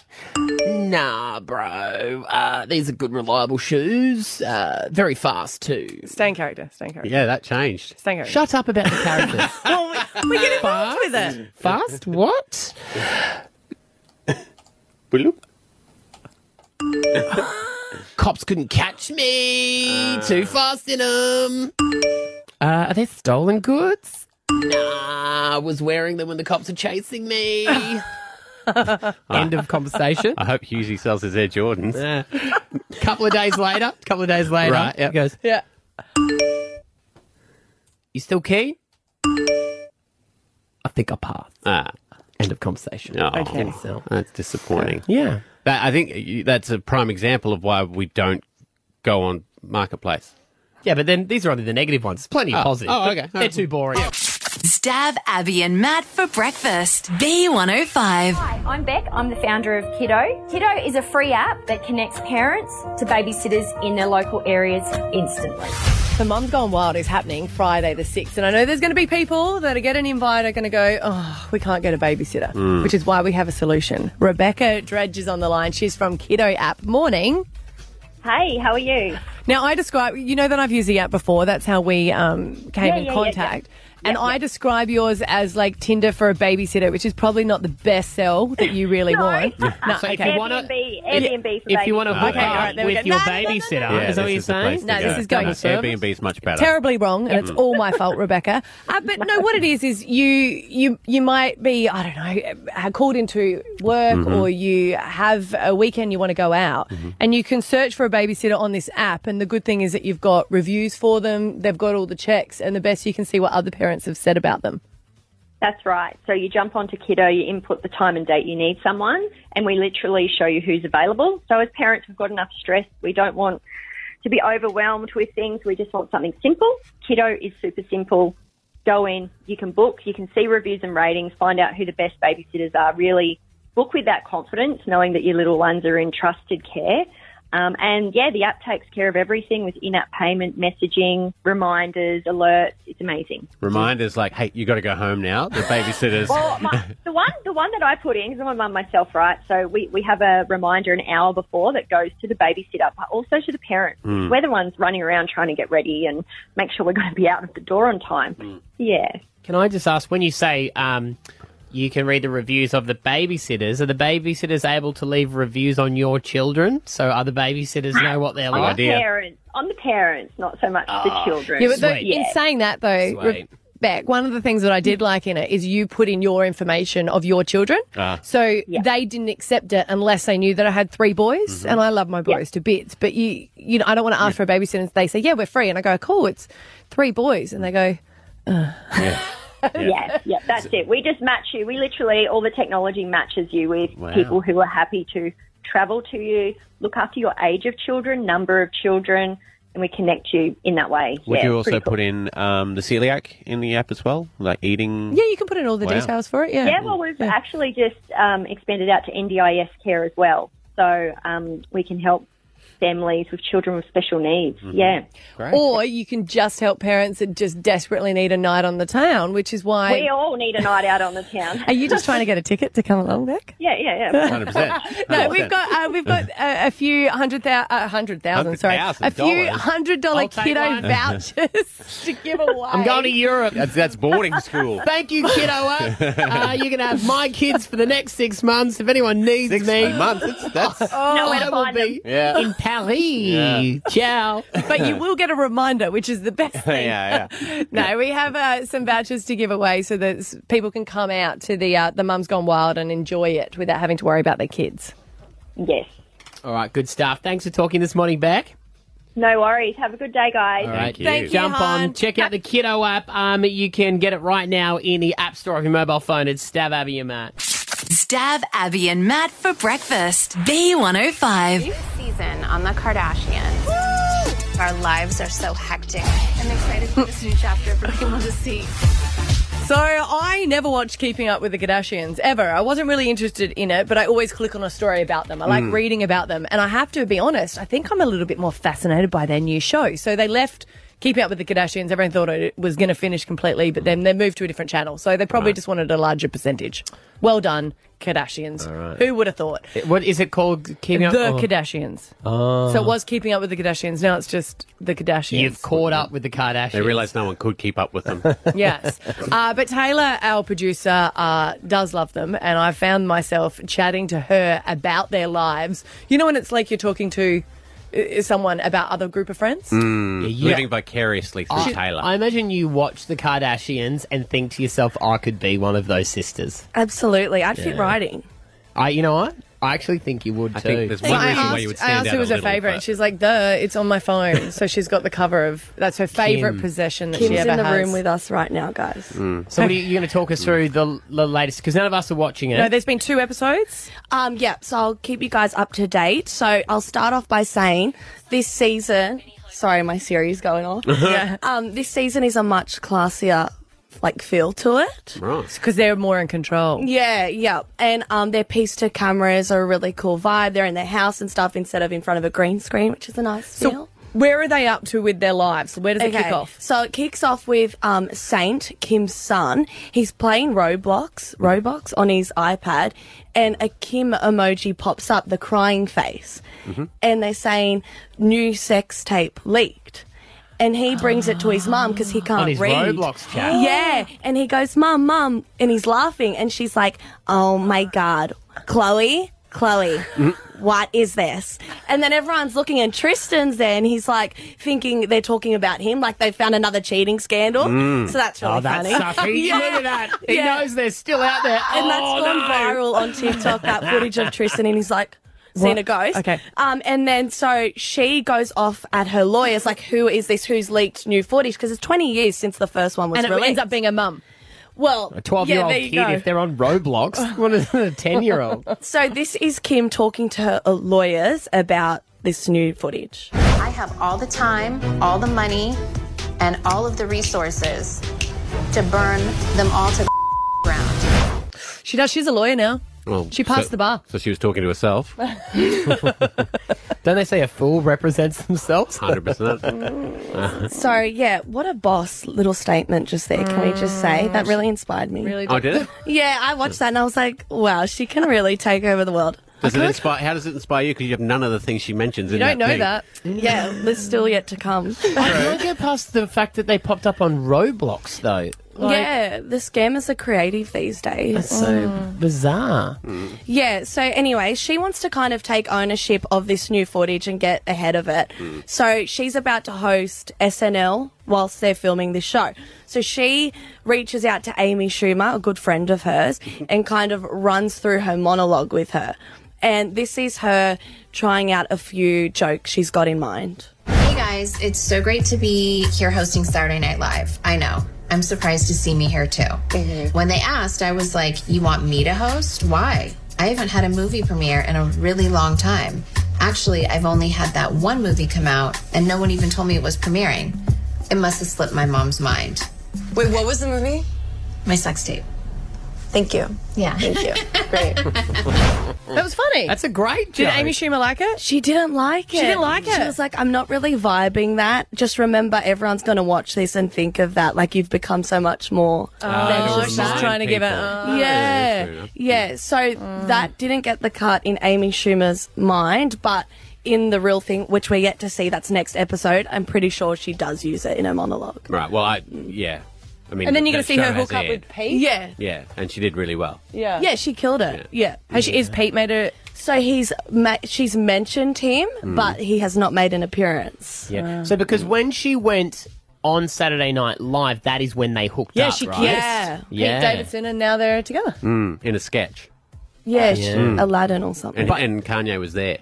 Speaker 6: Nah, bro. Uh, these are good, reliable shoes. Uh, very fast, too.
Speaker 5: Staying character, staying character.
Speaker 4: Yeah, that changed.
Speaker 5: Staying character.
Speaker 6: Shut up about the characters.
Speaker 5: well, we, we get involved with it.
Speaker 6: fast? What? Cops couldn't catch me. Too fast in them. Ah. Uh, are they stolen goods? Nah, I was wearing them when the cops are chasing me. End of conversation.
Speaker 4: I hope Husey sells his Air Jordans.
Speaker 6: Yeah. couple of days later, couple of days later,
Speaker 4: Right,
Speaker 6: he goes,
Speaker 5: Yeah.
Speaker 6: You still keen? I think I'll pass.
Speaker 4: Ah.
Speaker 6: End of conversation.
Speaker 4: Oh,
Speaker 6: Okay. So-
Speaker 4: That's disappointing.
Speaker 6: Yeah.
Speaker 4: That, I think you- that's a prime example of why we don't go on Marketplace.
Speaker 6: Yeah, but then these are only the negative ones. Plenty of
Speaker 4: Oh.
Speaker 6: positive.
Speaker 4: Oh,
Speaker 6: but
Speaker 4: okay.
Speaker 6: They're too boring.
Speaker 16: Stab Abby and Matt for breakfast. B105.
Speaker 17: Hi, I'm Beck. I'm the founder of Kiddo. Kiddo is a free app that connects parents to babysitters in their local areas instantly.
Speaker 5: The Mum's Gone Wild is happening Friday the 6th. And I know there's going to be people that are getting invited are going to go, oh, we can't get a babysitter,
Speaker 18: Mm.
Speaker 5: which is why we have a solution. Rebecca Dredge is on the line. She's from Kiddo app. Morning.
Speaker 18: Hey, how are you?
Speaker 5: Now, I describe, you know that I've used the app before. That's how we um, came
Speaker 18: Yeah,
Speaker 5: in
Speaker 18: yeah, yeah,
Speaker 5: contact. And I describe yours as like Tinder for a babysitter, which is probably not the best sell that you really want. No,
Speaker 6: So if
Speaker 5: okay.
Speaker 6: you wanna-
Speaker 18: Airbnb,
Speaker 5: Yeah.
Speaker 18: Airbnb for
Speaker 6: If you want to
Speaker 5: babies.
Speaker 6: hook
Speaker 5: Okay, all right,
Speaker 6: up
Speaker 5: there we
Speaker 6: with
Speaker 5: go.
Speaker 6: your
Speaker 5: No, no, no, no,
Speaker 6: babysitter,
Speaker 5: no, no.
Speaker 6: is that what you're saying?
Speaker 5: No, this is going
Speaker 4: No,
Speaker 5: to service.
Speaker 4: Airbnb's much better.
Speaker 5: terribly wrong, and it's
Speaker 4: Mm.
Speaker 5: all my fault, Rebecca. Uh, but no, what it is is you you you might be I don't know uh, called into work
Speaker 18: Mhm.
Speaker 5: or you have a weekend you want to go out, and you can search for a babysitter on this app. And the good thing is that you've got reviews for them, they've got all the checks, and the best you can see what other parents have said about them.
Speaker 18: That's right. So you jump onto Kiddo, you input the time and date you need someone, and we literally show you who's available. So as parents, we've got enough stress. We don't want to be overwhelmed with things. We just want something simple. Kiddo is super simple. Go in, you can book, you can see reviews and ratings, find out who the best babysitters are. Really book with that confidence, knowing that your little ones are in trusted care. Um, and yeah, the app takes care of everything with in app payment, messaging, reminders, alerts. It's amazing.
Speaker 4: Reminders like, hey, you got to go home now. The babysitter's.
Speaker 18: Well, my, the one the one that I put in because I'm a mum myself, right? So we, we have a reminder an hour before that goes to the babysitter, but also to the parent.
Speaker 19: Mm.
Speaker 18: We're the ones running around trying to get ready and make sure we're going to be out of the door on time. Yeah.
Speaker 6: Can I just ask, when you say um, you can read the reviews of the babysitters, are the babysitters able to leave reviews on your children so other babysitters know what they're
Speaker 18: I'm
Speaker 6: like?
Speaker 18: the parents. I'm the parents, not so much the
Speaker 6: Ah,
Speaker 18: children.
Speaker 5: Yeah, but the, in saying that though,
Speaker 6: Sweet.
Speaker 5: Rebecca, one of the things that I did like in it is you put in your information of your children.
Speaker 6: Ah.
Speaker 5: So they didn't accept it unless they knew that I had three boys,
Speaker 6: Mhm.
Speaker 5: and I love my boys to bits. But you, you know, I don't want to ask for a babysitter. And they say, "Yeah, we're free," and I go, "Cool, it's three boys," and they go, Ugh.
Speaker 18: yeah. yeah, that's it. We just match you. We literally all the technology matches you with
Speaker 5: Wow.
Speaker 18: people who are happy to travel to you, look after your age of children, number of children, and we connect you in that way.
Speaker 4: Would
Speaker 18: yeah,
Speaker 4: you
Speaker 18: pretty
Speaker 4: also
Speaker 18: cool.
Speaker 4: put in um, the celiac in the app as well? Like eating.
Speaker 5: "Yeah, you can put in all the
Speaker 4: Wow.
Speaker 5: details for it." Yeah,
Speaker 18: well, we've actually just um, expanded out to NDIS care as well. So um, we can help families with children with special needs.
Speaker 20: Mm-hmm.
Speaker 18: Yeah.
Speaker 5: Or you can just help parents that just desperately need a night on the town, which is why
Speaker 18: we all need a night out on the town.
Speaker 5: Are you just trying to get a ticket to come along, Beck?
Speaker 18: Yeah, yeah, yeah.
Speaker 4: 100%.
Speaker 5: No, we've got uh, we've got a, a few hundred thousand, uh, hundred thousand, sorry, a few
Speaker 4: $100,000.
Speaker 5: hundred dollar
Speaker 4: I'll take
Speaker 5: kiddo
Speaker 4: one.
Speaker 5: vouchers to give away.
Speaker 6: I'm going to Europe.
Speaker 4: That's, that's boarding school.
Speaker 6: Thank you, kiddo. up. Uh, you're going to have my kids for the next six months. If anyone needs me,
Speaker 4: months. It's, that's
Speaker 6: oh, I will be
Speaker 4: Yeah.
Speaker 6: in Paris.
Speaker 4: Yeah.
Speaker 6: Ciao.
Speaker 5: But you will get a reminder, which is the best thing.
Speaker 4: yeah,
Speaker 5: No, we have uh, some vouchers to give away so that s- people can come out to the uh, the Mum's Gone Wild and enjoy it without having to worry about their kids.
Speaker 18: Yes.
Speaker 6: All right, good stuff. Thanks for talking this morning, Beck.
Speaker 18: No worries. Have a good day, guys.
Speaker 6: All right, jump on, check out the Kiddo app. Um, you can get it right now in the App Store of your mobile phone. It's Stab Abby and Matt.
Speaker 16: Stab Abby and Matt for breakfast. B105.
Speaker 19: season on The Kardashians. Our lives are so hectic. I'm excited for this new chapter for people to see.
Speaker 5: So I never watched Keeping Up with the Kardashians ever. I wasn't really interested in it, but I always click on a story about them. I like
Speaker 21: Mm.
Speaker 5: reading about them, and I have to be honest. I think I'm a little bit more fascinated by their new show. So they left Keeping Up with the Kardashians. Everyone thought it was going to finish completely, but then they moved to a different channel. So they probably
Speaker 6: Right.
Speaker 5: just wanted a larger percentage. Well done, Kardashians.
Speaker 6: All right. oh.
Speaker 5: Who would have thought?
Speaker 6: What is it called? Keeping up
Speaker 5: the
Speaker 6: or-
Speaker 5: Kardashians.
Speaker 6: Oh.
Speaker 5: So it was Keeping Up with the Kardashians. Now it's just the Kardashians.
Speaker 6: You've caught up with the Kardashians.
Speaker 4: They realised no one could keep up with them.
Speaker 5: yes. Uh, but Taylor, our producer, uh, does love them. And I found myself chatting to her about their lives. You know, when it's like you're talking to uh, someone about other group of friends?
Speaker 4: Living vicariously through
Speaker 6: I,
Speaker 4: Taylor.
Speaker 6: I imagine you watch the Kardashians and think to yourself, I could be one of those sisters.
Speaker 5: Absolutely. I'd fit
Speaker 6: Yeah.
Speaker 5: right in.
Speaker 6: I, you know what? I actually think you would too.
Speaker 4: think there's
Speaker 5: So I asked, I asked who was her favourite. She's like, duh, it's on my phone. so she's got the cover of, that's her favourite
Speaker 6: Kim.
Speaker 5: possession that
Speaker 20: Kim's
Speaker 5: she ever
Speaker 20: in the
Speaker 5: has.
Speaker 20: room with us right now, guys.
Speaker 6: So, what are you, going to talk us through the, the latest? Because none of us are watching it.
Speaker 5: No, there's been two episodes.
Speaker 20: Um, yeah, so I'll keep you guys up to date. So I'll start off by saying this season. Sorry, my Siri's going off.
Speaker 5: Yeah.
Speaker 20: Um, this season is a much classier, like feel to it.
Speaker 5: Because they're more in control.
Speaker 20: Yeah, yeah, and um, their piece to cameras are a really cool vibe. They're in their house and stuff instead of in front of a green screen, which is a nice feel.
Speaker 5: So where are they up to with their lives? Where does it kick off?
Speaker 20: So it kicks off with um, Saint, Kim's son. He's playing Roblox, Roblox on his iPad, and a Kim emoji pops up, the crying face.
Speaker 5: Mm-hmm.
Speaker 20: And they're saying, new sex tape leaked. And he brings it to his mum because he can't
Speaker 6: On his
Speaker 20: read.
Speaker 6: Roblox chat.
Speaker 20: Yeah. And he goes, Mum, Mum. And he's laughing. And she's like, Oh my God. Chloe, Chloe what is this? And then everyone's looking, and Tristan's there, and he's like thinking they're talking about him, like they found another cheating scandal.
Speaker 6: Mm.
Speaker 20: So that's really
Speaker 6: Oh, that's
Speaker 20: funny.
Speaker 6: sucky. You needed that. He knows they're still out there.
Speaker 20: and that's
Speaker 6: Oh,
Speaker 20: gone
Speaker 6: no.
Speaker 20: viral on TikTok. That footage of Tristan, and he's like. Seen
Speaker 6: What?
Speaker 20: a ghost.
Speaker 6: Okay.
Speaker 20: Um, and then so she goes off at her lawyers, like, who is this? Who's leaked new footage? Because it's 20 years since the first one was
Speaker 5: And it
Speaker 20: released.
Speaker 5: ends up being a mum.
Speaker 20: Well,
Speaker 6: A 12 year old
Speaker 20: yeah, there
Speaker 6: kid,
Speaker 20: you go.
Speaker 6: if they're on Roblox, what is a 10 year old?
Speaker 20: So this is Kim talking to her uh, lawyers about this new footage.
Speaker 19: I have all the time, all the money, and all of the resources to burn them all to the ground.
Speaker 5: She does. She's a lawyer now.
Speaker 4: Well,
Speaker 5: She passed
Speaker 4: so-
Speaker 5: the bar.
Speaker 4: So she was talking to herself.
Speaker 6: Don't they say a fool represents themselves?
Speaker 4: 100%.
Speaker 20: So yeah, what a boss little statement just there. Can we just say that Mm. really inspired me?
Speaker 4: Oh, did it?
Speaker 20: Yeah, I watched that and I was like, wow, she can really take over the world.
Speaker 4: Does it inspire? How does it inspire you? Because you have none of the things she mentions. in that thing.
Speaker 20: Yeah, there's still yet to come.
Speaker 6: I can't get past the fact that they popped up on Roblox, though. Like,
Speaker 20: yeah, the scammers are creative these days.
Speaker 6: That's so
Speaker 5: Hmm.
Speaker 6: bizarre.
Speaker 20: Yeah, so anyway, she wants to kind of take ownership of this new footage and get ahead of it. So she's about to host SNL whilst they're filming this show. So she reaches out to Amy Schumer, a good friend of hers, and kind of runs through her monologue with her. And this is her trying out a few jokes she's got in mind.
Speaker 19: Hey guys, it's so great to be here hosting Saturday Night Live. I know. I'm surprised to see me here too. When they asked, I was like, You want me to host? Why? I haven't had a movie premiere in a really long time. Actually, I've only had that one movie come out, and no one even told me it was premiering. It must have slipped my mom's mind. Wait, what was the movie? My sex tape. Thank you. Yeah. Thank you.
Speaker 5: That was funny. That's
Speaker 6: a great
Speaker 5: Did
Speaker 20: joke.
Speaker 5: Amy Schumer like it?
Speaker 20: She didn't like
Speaker 5: She didn't like it.
Speaker 20: She was like, I'm not really vibing that. Just remember, everyone's going to watch this and think of that. Like, you've become so much more. than
Speaker 5: Oh,
Speaker 20: just
Speaker 5: she's
Speaker 20: that.
Speaker 5: trying to give it.
Speaker 20: Yeah. Yeah. So that didn't get the cut in Amy Schumer's mind, but in the real thing, which we're yet to see, that's next episode, I'm pretty sure she does use it in her monologue.
Speaker 4: Right. Well, I yeah. I mean,
Speaker 20: And then
Speaker 4: the-
Speaker 20: you're gonna
Speaker 4: the
Speaker 20: see her
Speaker 4: show has
Speaker 20: hook up
Speaker 4: aired.
Speaker 20: Pete? Yeah.
Speaker 4: Yeah, and she did really well.
Speaker 5: Yeah.
Speaker 20: Yeah, she killed it. Yeah.
Speaker 5: Has she, is Pete made a.
Speaker 20: So he's ma- she's mentioned him,
Speaker 6: Mm.
Speaker 20: but he has not made an appearance.
Speaker 6: Yeah. So
Speaker 5: Hmm.
Speaker 6: because when she went on Saturday Night Live, that is when they hooked
Speaker 5: Yeah,
Speaker 6: up.
Speaker 5: she
Speaker 6: right?
Speaker 5: kissed Pete Davidson and now they're together.
Speaker 4: Mm, in a sketch,
Speaker 20: Yeah,
Speaker 4: she-
Speaker 20: Aladdin or something.
Speaker 4: and, and Kanye was there.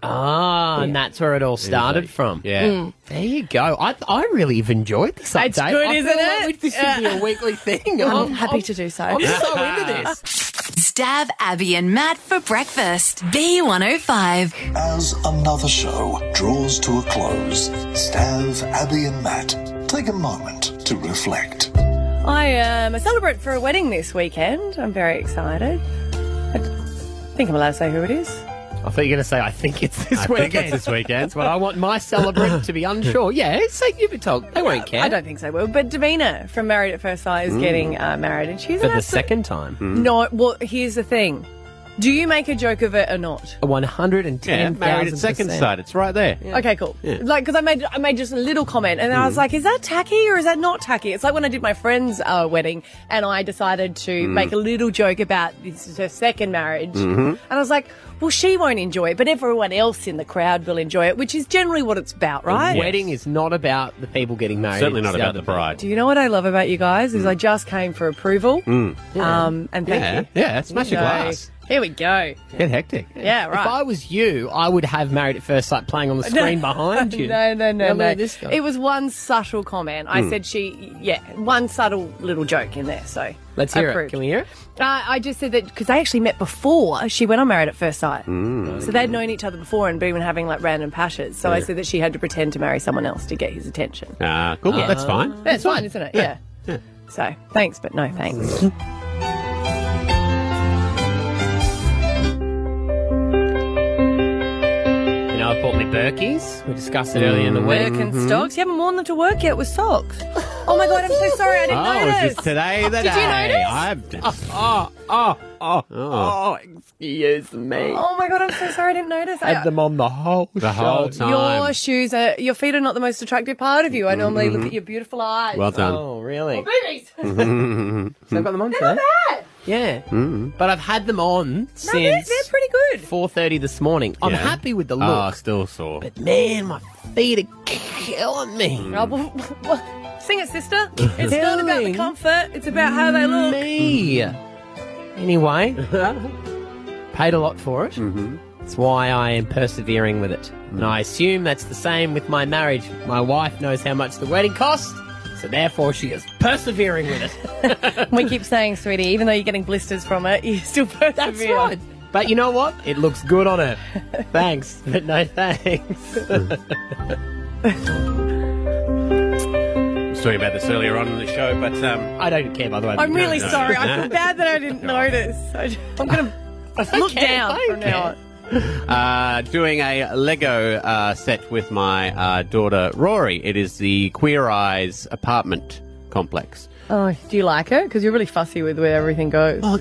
Speaker 6: Ah, and that's where it all started from.
Speaker 4: Yeah.
Speaker 5: Mm.
Speaker 6: There you go. I, I really have enjoyed this update.
Speaker 5: It's good,
Speaker 6: I feel
Speaker 5: isn't
Speaker 6: like
Speaker 5: it?
Speaker 6: we- This should be a weekly thing.
Speaker 20: Oh,
Speaker 5: I'm
Speaker 6: I'm-
Speaker 5: happy to do so.
Speaker 6: I'm so into this.
Speaker 16: Stab Abby and Matt for breakfast. B105.
Speaker 1: As another show draws to a close, Stav, Abby, and Matt take a moment to reflect.
Speaker 5: I am a celebrant for a wedding this weekend. I'm very excited. I think I'm allowed to say who it is.
Speaker 6: I thought you were going to say, I think it's this
Speaker 4: I think
Speaker 6: weekend.
Speaker 4: it's this weekend.
Speaker 6: That's what I want my celebrant to be unsure. Yeah, so you've been told. They won't care.
Speaker 5: I don't think so. Well, but Davina from Married at First Sight is
Speaker 6: Mm.
Speaker 5: getting uh, married, and she's
Speaker 6: For
Speaker 5: an
Speaker 6: the
Speaker 5: absolute-
Speaker 6: second time.
Speaker 5: No, well, here's the thing: do you make a joke of it or not?
Speaker 6: One hundred and ten.
Speaker 5: Yeah, married at second sight.
Speaker 4: It's right there.
Speaker 5: Okay, cool.
Speaker 6: Yeah.
Speaker 5: Like, because I made I made just a little comment, and I was
Speaker 6: Mm.
Speaker 5: like, "Is that tacky or is that not tacky?" It's like when I did my friend's uh, wedding, and I decided to
Speaker 6: Mm.
Speaker 5: make a little joke about this is her second marriage,
Speaker 6: Mhm.
Speaker 20: Mm-hmm.
Speaker 5: and I was like, "Well, she won't enjoy it, but everyone else in the crowd will enjoy it," which is generally what it's about, right?
Speaker 6: The wedding is not about the people getting married.
Speaker 4: Certainly not
Speaker 6: It's
Speaker 4: about the
Speaker 6: other
Speaker 4: bride.
Speaker 5: Do you know what I love about you guys
Speaker 20: Mm.
Speaker 5: is I just came for approval,
Speaker 4: Mm.
Speaker 5: um, and thank
Speaker 6: Yeah.
Speaker 5: you.
Speaker 6: Yeah, smash your
Speaker 5: So,
Speaker 6: glass.
Speaker 5: Here we go.
Speaker 6: people. Get hectic.
Speaker 5: Yeah, right.
Speaker 6: If I was you, I would have Married at First Sight playing on the screen behind you.
Speaker 5: No, no, no,
Speaker 6: Now look
Speaker 5: no.
Speaker 6: at this guy.
Speaker 5: It was one subtle comment. I
Speaker 6: Mm.
Speaker 5: said she, yeah, one subtle little joke in there. So
Speaker 6: Let's hear
Speaker 5: approved.
Speaker 6: it. Can we hear it?
Speaker 5: Uh, I just said that because they actually met before she went on Married at First Sight.
Speaker 6: Mm.
Speaker 5: So they'd known each other before and been having like random pashes. So I
Speaker 4: Yeah.
Speaker 5: said that she had to pretend to marry someone else to get his attention.
Speaker 4: Ah, cool.
Speaker 5: Yeah.
Speaker 4: That's fine.
Speaker 5: That's fine, isn't it? Yeah. So thanks, but no thanks.
Speaker 6: You know, I bought my Berkeys. We discussed
Speaker 4: Mm.
Speaker 6: it earlier in the week.
Speaker 5: Birkenstocks. You haven't worn them to work yet with socks. Oh my god, I'm so sorry. I didn't
Speaker 4: oh,
Speaker 5: notice.
Speaker 4: is this today the
Speaker 5: Did
Speaker 4: day?
Speaker 5: you notice?
Speaker 4: I've
Speaker 6: Oh, oh, oh,
Speaker 4: Oh.
Speaker 6: excuse me.
Speaker 5: Oh my god, I'm so sorry. I didn't notice. I-
Speaker 6: Had them on the whole
Speaker 4: The whole
Speaker 6: show.
Speaker 5: Your shoes are your feet are not the most attractive part of you. I normally look at your beautiful eyes.
Speaker 6: Well done. Oh, really?
Speaker 5: boobies.
Speaker 6: so I've got them on today. Yeah. But I've had them on
Speaker 5: No, Oh, they're,
Speaker 6: since
Speaker 5: they're pretty good.
Speaker 6: 4.30 this morning. I'm
Speaker 4: Yeah.
Speaker 6: happy with the look.
Speaker 4: Oh, still sore.
Speaker 6: But man, my feet are killing me.
Speaker 5: Oh, well, well, Sing it, sister. It's not about the comfort. It's about how
Speaker 6: Mm-hmm.
Speaker 5: they look.
Speaker 6: Me. Anyway, paid a lot for it. That's why I am persevering with it. And I assume that's the same with my marriage. My wife knows how much the wedding cost, so therefore she is persevering with it.
Speaker 5: we keep saying, sweetie, even though you're getting blisters from it, you still persevere. That's right.
Speaker 6: But you know what? It looks good on her. thanks, but no thanks.
Speaker 4: I was talking about this earlier on in the show, but um,
Speaker 6: I don't care. By the way,
Speaker 5: I'm really
Speaker 4: No, no.
Speaker 5: sorry. I feel bad that I didn't notice. I, am gonna look down from now on.
Speaker 4: uh, doing a Lego uh, set with my uh, daughter Rory. It is the Queer Eyes apartment complex.
Speaker 5: Oh, do you like her? Because you're really fussy with where everything goes.
Speaker 4: Oh,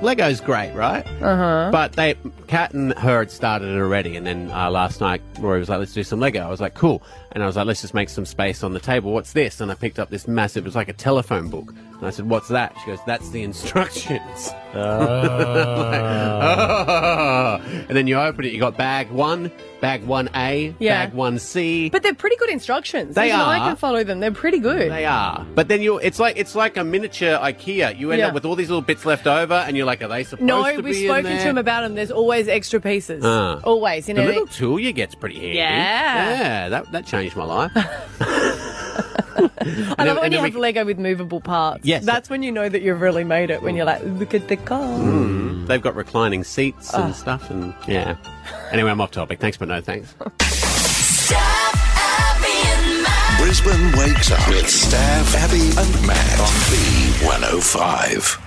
Speaker 4: Lego's great, right?
Speaker 5: Uh huh.
Speaker 4: But they, Kat and her had started it already, and then uh, last night Rory was like, "Let's do some Lego." I was like, "Cool," and I was like, "Let's just make some space on the table." What's this? And I picked up this massive. It was like a telephone book, and I said, "What's that?" She goes, "That's the instructions." Like, "Oh." And then you open it. You got bag one, bag one A,
Speaker 5: Yeah.
Speaker 4: bag one C.
Speaker 5: But they're pretty good instructions.
Speaker 4: They
Speaker 5: Even I
Speaker 4: are.
Speaker 5: can follow them. They're pretty good.
Speaker 4: They are. But then you, it's like it's like a miniature IKEA. You end
Speaker 5: Yeah.
Speaker 4: up with all these little bits left over, and you're like, "Are they supposed
Speaker 5: No,
Speaker 4: to be?"
Speaker 5: we've
Speaker 4: in
Speaker 5: spoken to
Speaker 4: there?
Speaker 5: him about them. There's always extra pieces.
Speaker 4: Ah.
Speaker 5: Always. You
Speaker 4: the
Speaker 5: know,
Speaker 4: little tool you get's pretty handy.
Speaker 5: Yeah.
Speaker 4: yeah, that that changed my life.
Speaker 5: I love
Speaker 4: and
Speaker 5: it when you
Speaker 4: then we-
Speaker 5: have Lego with movable parts.
Speaker 4: Yes.
Speaker 5: That's when you know that you've really made it, when you're like, look at the car.
Speaker 4: Mm. They've got reclining seats and
Speaker 5: Ah.
Speaker 4: stuff, and yeah. Anyway, I'm off topic. Thanks, but no thanks.
Speaker 1: oh Brisbane wakes up with Stav, Abby, and Matt on B105.